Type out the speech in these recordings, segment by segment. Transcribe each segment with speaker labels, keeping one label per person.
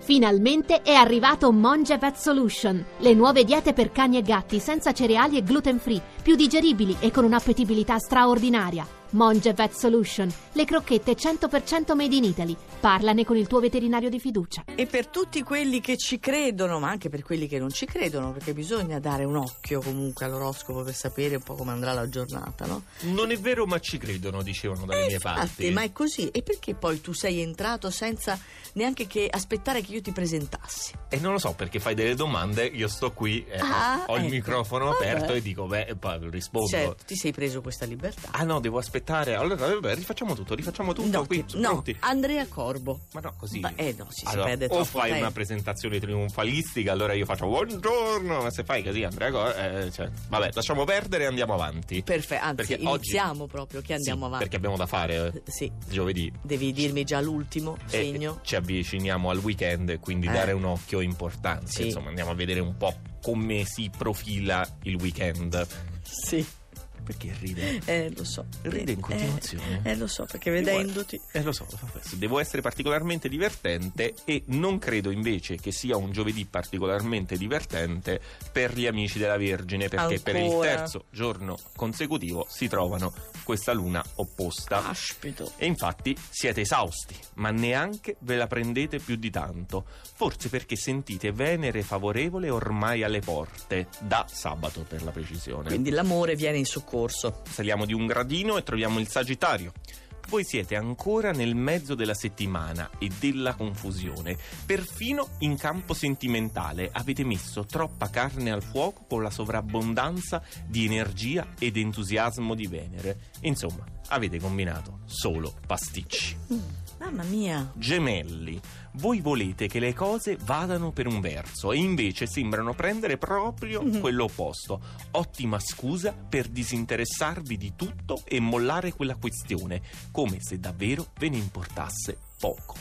Speaker 1: Finalmente è arrivato Monge Vet Solution, le nuove diete per cani e gatti senza cereali e gluten free, più digeribili e con un'appetibilità straordinaria. Monge Vet Solution, le crocchette 100% made in Italy. Parlane con il tuo veterinario di fiducia.
Speaker 2: E per tutti quelli che ci credono, ma anche per quelli che non ci credono, perché bisogna dare un occhio comunque all'oroscopo per sapere un po' come andrà la giornata, no?
Speaker 3: Non è vero, ma ci credono, dicevano dalle
Speaker 2: Eh,
Speaker 3: mie
Speaker 2: infatti,
Speaker 3: parti.
Speaker 2: ma è così. E perché poi tu sei entrato senza neanche che aspettare che io ti presentassi?
Speaker 3: E non lo so perché fai delle domande, io sto qui, eh,
Speaker 2: Ah,
Speaker 3: ho il
Speaker 2: ecco.
Speaker 3: microfono
Speaker 2: Vabbè.
Speaker 3: aperto e dico, beh, e poi rispondo.
Speaker 2: Certo, ti sei preso questa libertà.
Speaker 3: Ah no, devo aspettare. Allora, vabbè, rifacciamo tutto, rifacciamo tutto
Speaker 2: no,
Speaker 3: qui.
Speaker 2: ti-
Speaker 3: sono
Speaker 2: no,
Speaker 3: pronti.
Speaker 2: Andrea Corbo.
Speaker 3: Ma no, così.
Speaker 2: Ma- eh, no, sì, si
Speaker 3: Allora,
Speaker 2: perde
Speaker 3: o
Speaker 2: troppo
Speaker 3: fai
Speaker 2: tempo.
Speaker 3: una presentazione trionfalistica, allora io faccio buongiorno, ma se fai così Andrea, Co- eh, cioè, vabbè, lasciamo perdere e andiamo avanti.
Speaker 2: Perfetto, anzi,
Speaker 3: Perché oggi-
Speaker 2: iniziamo proprio che andiamo
Speaker 3: Sì,
Speaker 2: avanti.
Speaker 3: Perché Eh, abbiamo da fare eh,
Speaker 2: Sì,
Speaker 3: giovedì.
Speaker 2: devi dirmi già l'ultimo
Speaker 3: E
Speaker 2: segno.
Speaker 3: ci avviciniamo al weekend, quindi
Speaker 2: Eh.
Speaker 3: dare un occhio è importante.
Speaker 2: Sì.
Speaker 3: Insomma, andiamo a vedere un po' come si profila il weekend.
Speaker 2: Sì,
Speaker 3: Perché ride?
Speaker 2: eh, lo so.
Speaker 3: Ride in continuazione.
Speaker 2: Eh, eh, lo so, perché vedendoti...
Speaker 3: Eh, lo so, vabbè, se devo essere particolarmente divertente e non credo invece che sia un giovedì particolarmente divertente per gli amici della Vergine, perché per il
Speaker 2: Ancora?
Speaker 3: terzo giorno consecutivo si trovano questa luna opposta.
Speaker 2: Caspito.
Speaker 3: E infatti siete esausti, ma neanche ve la prendete più di tanto, forse perché sentite Venere favorevole ormai alle porte, da sabato per la precisione.
Speaker 2: Quindi l'amore viene in soccorso.
Speaker 3: Saliamo di un gradino e troviamo il Sagittario. Voi siete ancora nel mezzo della settimana e della confusione. Perfino in campo sentimentale avete messo troppa carne al fuoco con la sovrabbondanza di energia ed entusiasmo di Venere. Insomma, avete combinato solo pasticci.
Speaker 2: Mamma
Speaker 3: Eh.
Speaker 2: mia.
Speaker 3: Gemelli, voi volete che le cose vadano per un verso e invece sembrano prendere proprio
Speaker 2: Mhm.
Speaker 3: quello opposto. Ottima scusa per disinteressarvi di tutto e mollare quella questione, come se davvero ve ne importasse poco.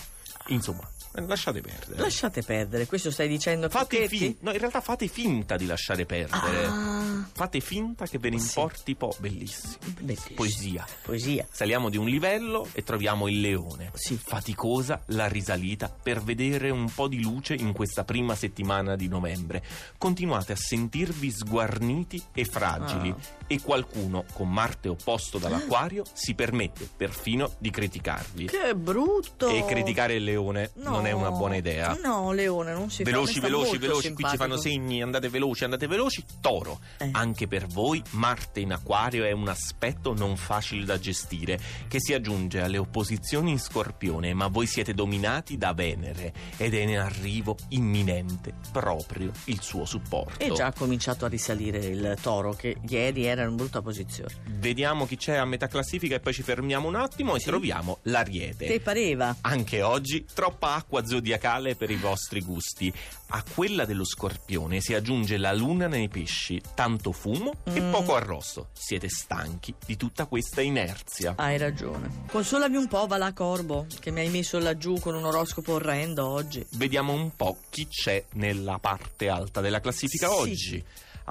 Speaker 3: Insomma, eh, lasciate perdere.
Speaker 2: Lasciate perdere, questo stai dicendo a
Speaker 3: fate
Speaker 2: Cocchetti?
Speaker 3: fin- no, in realtà fate finta di lasciare perdere.
Speaker 2: Ah,
Speaker 3: Fate finta che ve ne
Speaker 2: Sì.
Speaker 3: importi poco. Bellissimo.
Speaker 2: bellissimo.
Speaker 3: Eh. Poesia.
Speaker 2: Poesia.
Speaker 3: Saliamo di un livello e troviamo il leone.
Speaker 2: Sì.
Speaker 3: Faticosa la risalita per vedere un po' di luce in questa prima settimana di novembre. Continuate a sentirvi sguarniti e fragili
Speaker 2: Ah.
Speaker 3: e qualcuno con Marte opposto dall'acquario si permette perfino di criticarvi.
Speaker 2: Che brutto.
Speaker 3: E criticare il leone
Speaker 2: No.
Speaker 3: non è una buona idea.
Speaker 2: No, Leone, non si
Speaker 3: Veloci,
Speaker 2: fa. mi sta
Speaker 3: veloci,
Speaker 2: molto
Speaker 3: veloci, qui ci
Speaker 2: simpatico.
Speaker 3: fanno segni, Ah, andate veloci, andate veloci. Toro,
Speaker 2: Eh.
Speaker 3: anche per voi Marte in Aquario è un aspetto non facile da gestire, che si aggiunge alle opposizioni in Scorpione, ma voi siete dominati da Venere ed è in arrivo imminente proprio il suo supporto.
Speaker 2: E Eh già ha cominciato a risalire il toro, che ieri era in brutta posizione.
Speaker 3: Vediamo chi c'è a metà classifica e poi ci fermiamo un attimo e troviamo l'Ariete.
Speaker 2: Te pareva?
Speaker 3: Anche oggi troppa acqua zodiacale per i vostri gusti. A quella dello scorpione si aggiunge la luna nei pesci, tanto fumo e
Speaker 2: Mm.
Speaker 3: poco arrosto. Siete stanchi di tutta questa inerzia.
Speaker 2: Hai ragione. Consolami un po', va la Corbo, che mi hai messo laggiù con un oroscopo orrendo oggi.
Speaker 3: Vediamo un po' chi c'è nella parte alta della classifica
Speaker 2: Sì.
Speaker 3: oggi.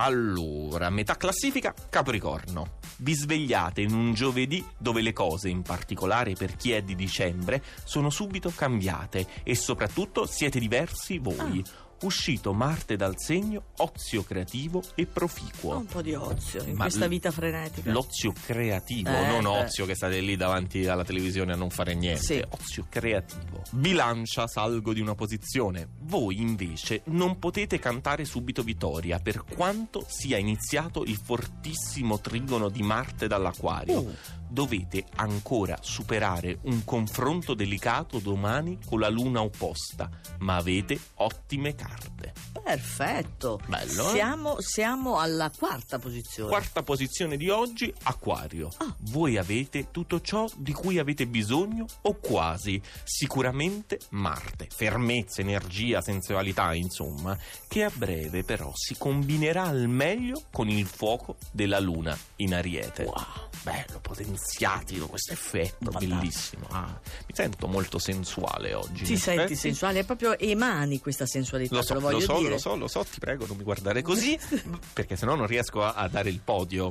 Speaker 3: Allora, metà classifica, Capricorno. Vi svegliate in un giovedì dove le cose, in particolare per chi è di dicembre, sono subito cambiate e soprattutto siete diversi voi. Uscito Marte dal segno, ozio creativo e
Speaker 2: Ho
Speaker 3: proficuo.
Speaker 2: un po' di ozio in
Speaker 3: Oh. Ma
Speaker 2: questa
Speaker 3: l-
Speaker 2: vita frenetica.
Speaker 3: L'ozio creativo,
Speaker 2: Eh,
Speaker 3: non
Speaker 2: beh.
Speaker 3: ozio che state lì davanti alla televisione a non fare niente.
Speaker 2: Sì.
Speaker 3: Ozio creativo. Bilancia, salgo di una posizione. Voi invece non potete cantare subito vittoria per quanto sia iniziato il fortissimo trigono di Marte dall'Aquario.
Speaker 2: Uh,
Speaker 3: Dovete ancora superare un confronto delicato domani con la luna opposta, ma avete ottime carte.
Speaker 2: perfetto.
Speaker 3: Bello, eh?
Speaker 2: Siamo, siamo alla quarta posizione.
Speaker 3: Quarta posizione di oggi, Acquario.
Speaker 2: Ah.
Speaker 3: Voi avete tutto ciò di cui avete bisogno o quasi. Sicuramente Marte. Fermezza, energia, sensualità, insomma, che a breve però si combinerà al meglio con il fuoco della Luna in Ariete.
Speaker 2: Wow.
Speaker 3: Bello, potenziati con questo effetto,
Speaker 2: Fantastico.
Speaker 3: bellissimo. Ah, mi sento molto sensuale oggi.
Speaker 2: Ti
Speaker 3: in
Speaker 2: senti
Speaker 3: effetti.
Speaker 2: sensuale, è proprio emani questa sensualità,
Speaker 3: Eh, Lo
Speaker 2: te
Speaker 3: so,
Speaker 2: lo
Speaker 3: lo,
Speaker 2: voglio
Speaker 3: so,
Speaker 2: dire.
Speaker 3: lo so, lo so, ti prego, non mi guardare così, perché sennò non riesco a- a dare il podio.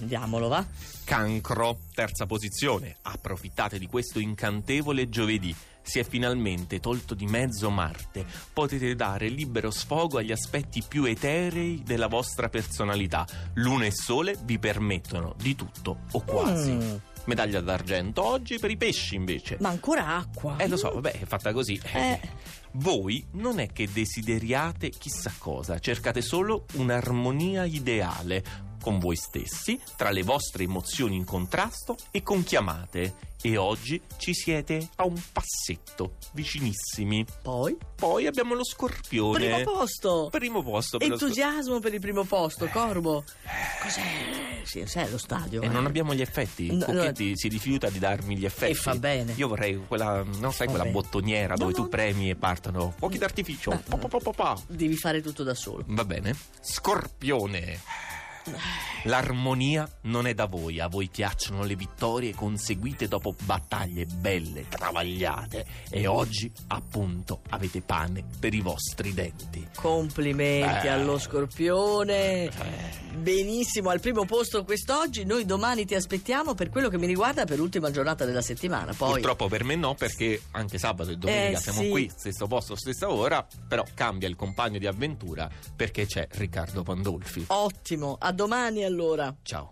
Speaker 2: Andiamolo, va?
Speaker 3: Cancro, terza posizione. Approfittate di questo incantevole giovedì si è finalmente tolto di mezzo Marte, potete dare libero sfogo agli aspetti più eterei della vostra personalità. Luna e Sole vi permettono di tutto o quasi.
Speaker 2: Mm,
Speaker 3: Medaglia d'argento oggi per i pesci invece.
Speaker 2: ma ancora acqua.
Speaker 3: Eh lo so, vabbè, è fatta così.
Speaker 2: Eh.
Speaker 3: Voi non è che desideriate chissà cosa, cercate solo un'armonia ideale con voi stessi, tra le vostre emozioni in contrasto e con chiamate. E oggi ci siete a un passetto, vicinissimi.
Speaker 2: Poi?
Speaker 3: Poi abbiamo lo scorpione.
Speaker 2: Primo posto.
Speaker 3: Primo posto per lo scor-
Speaker 2: Entusiasmo per il primo posto, Corbo. Cos'è? Sì, sai, lo stadio.
Speaker 3: E
Speaker 2: eh.
Speaker 3: non abbiamo gli effetti.
Speaker 2: No,
Speaker 3: Cocchetti si rifiuta di darmi gli effetti.
Speaker 2: E fa bene.
Speaker 3: Io vorrei quella, non
Speaker 2: Fa
Speaker 3: sai, quella
Speaker 2: bene.
Speaker 3: bottoniera
Speaker 2: No,
Speaker 3: dove
Speaker 2: no,
Speaker 3: tu
Speaker 2: no.
Speaker 3: premi e partono fuochi d'artificio.
Speaker 2: Beh,
Speaker 3: Pa, pa, pa, pa, pa.
Speaker 2: Devi fare tutto da solo.
Speaker 3: Va bene. Scorpione. L'armonia non è da voi, a voi piacciono le vittorie conseguite dopo battaglie belle, travagliate e oggi appunto avete pane per i vostri denti.
Speaker 2: Complimenti
Speaker 3: Eh.
Speaker 2: allo scorpione.
Speaker 3: Eh.
Speaker 2: Benissimo, al primo posto quest'oggi. Noi domani ti aspettiamo per quello che mi riguarda per l'ultima giornata della settimana. Poi
Speaker 3: Purtroppo per me no, perché anche sabato e domenica
Speaker 2: Eh,
Speaker 3: siamo
Speaker 2: sì.
Speaker 3: qui, stesso posto, stessa ora, però cambia il compagno di avventura perché c'è Riccardo Pandolfi.
Speaker 2: ottimo, a domani allora.
Speaker 3: Ciao.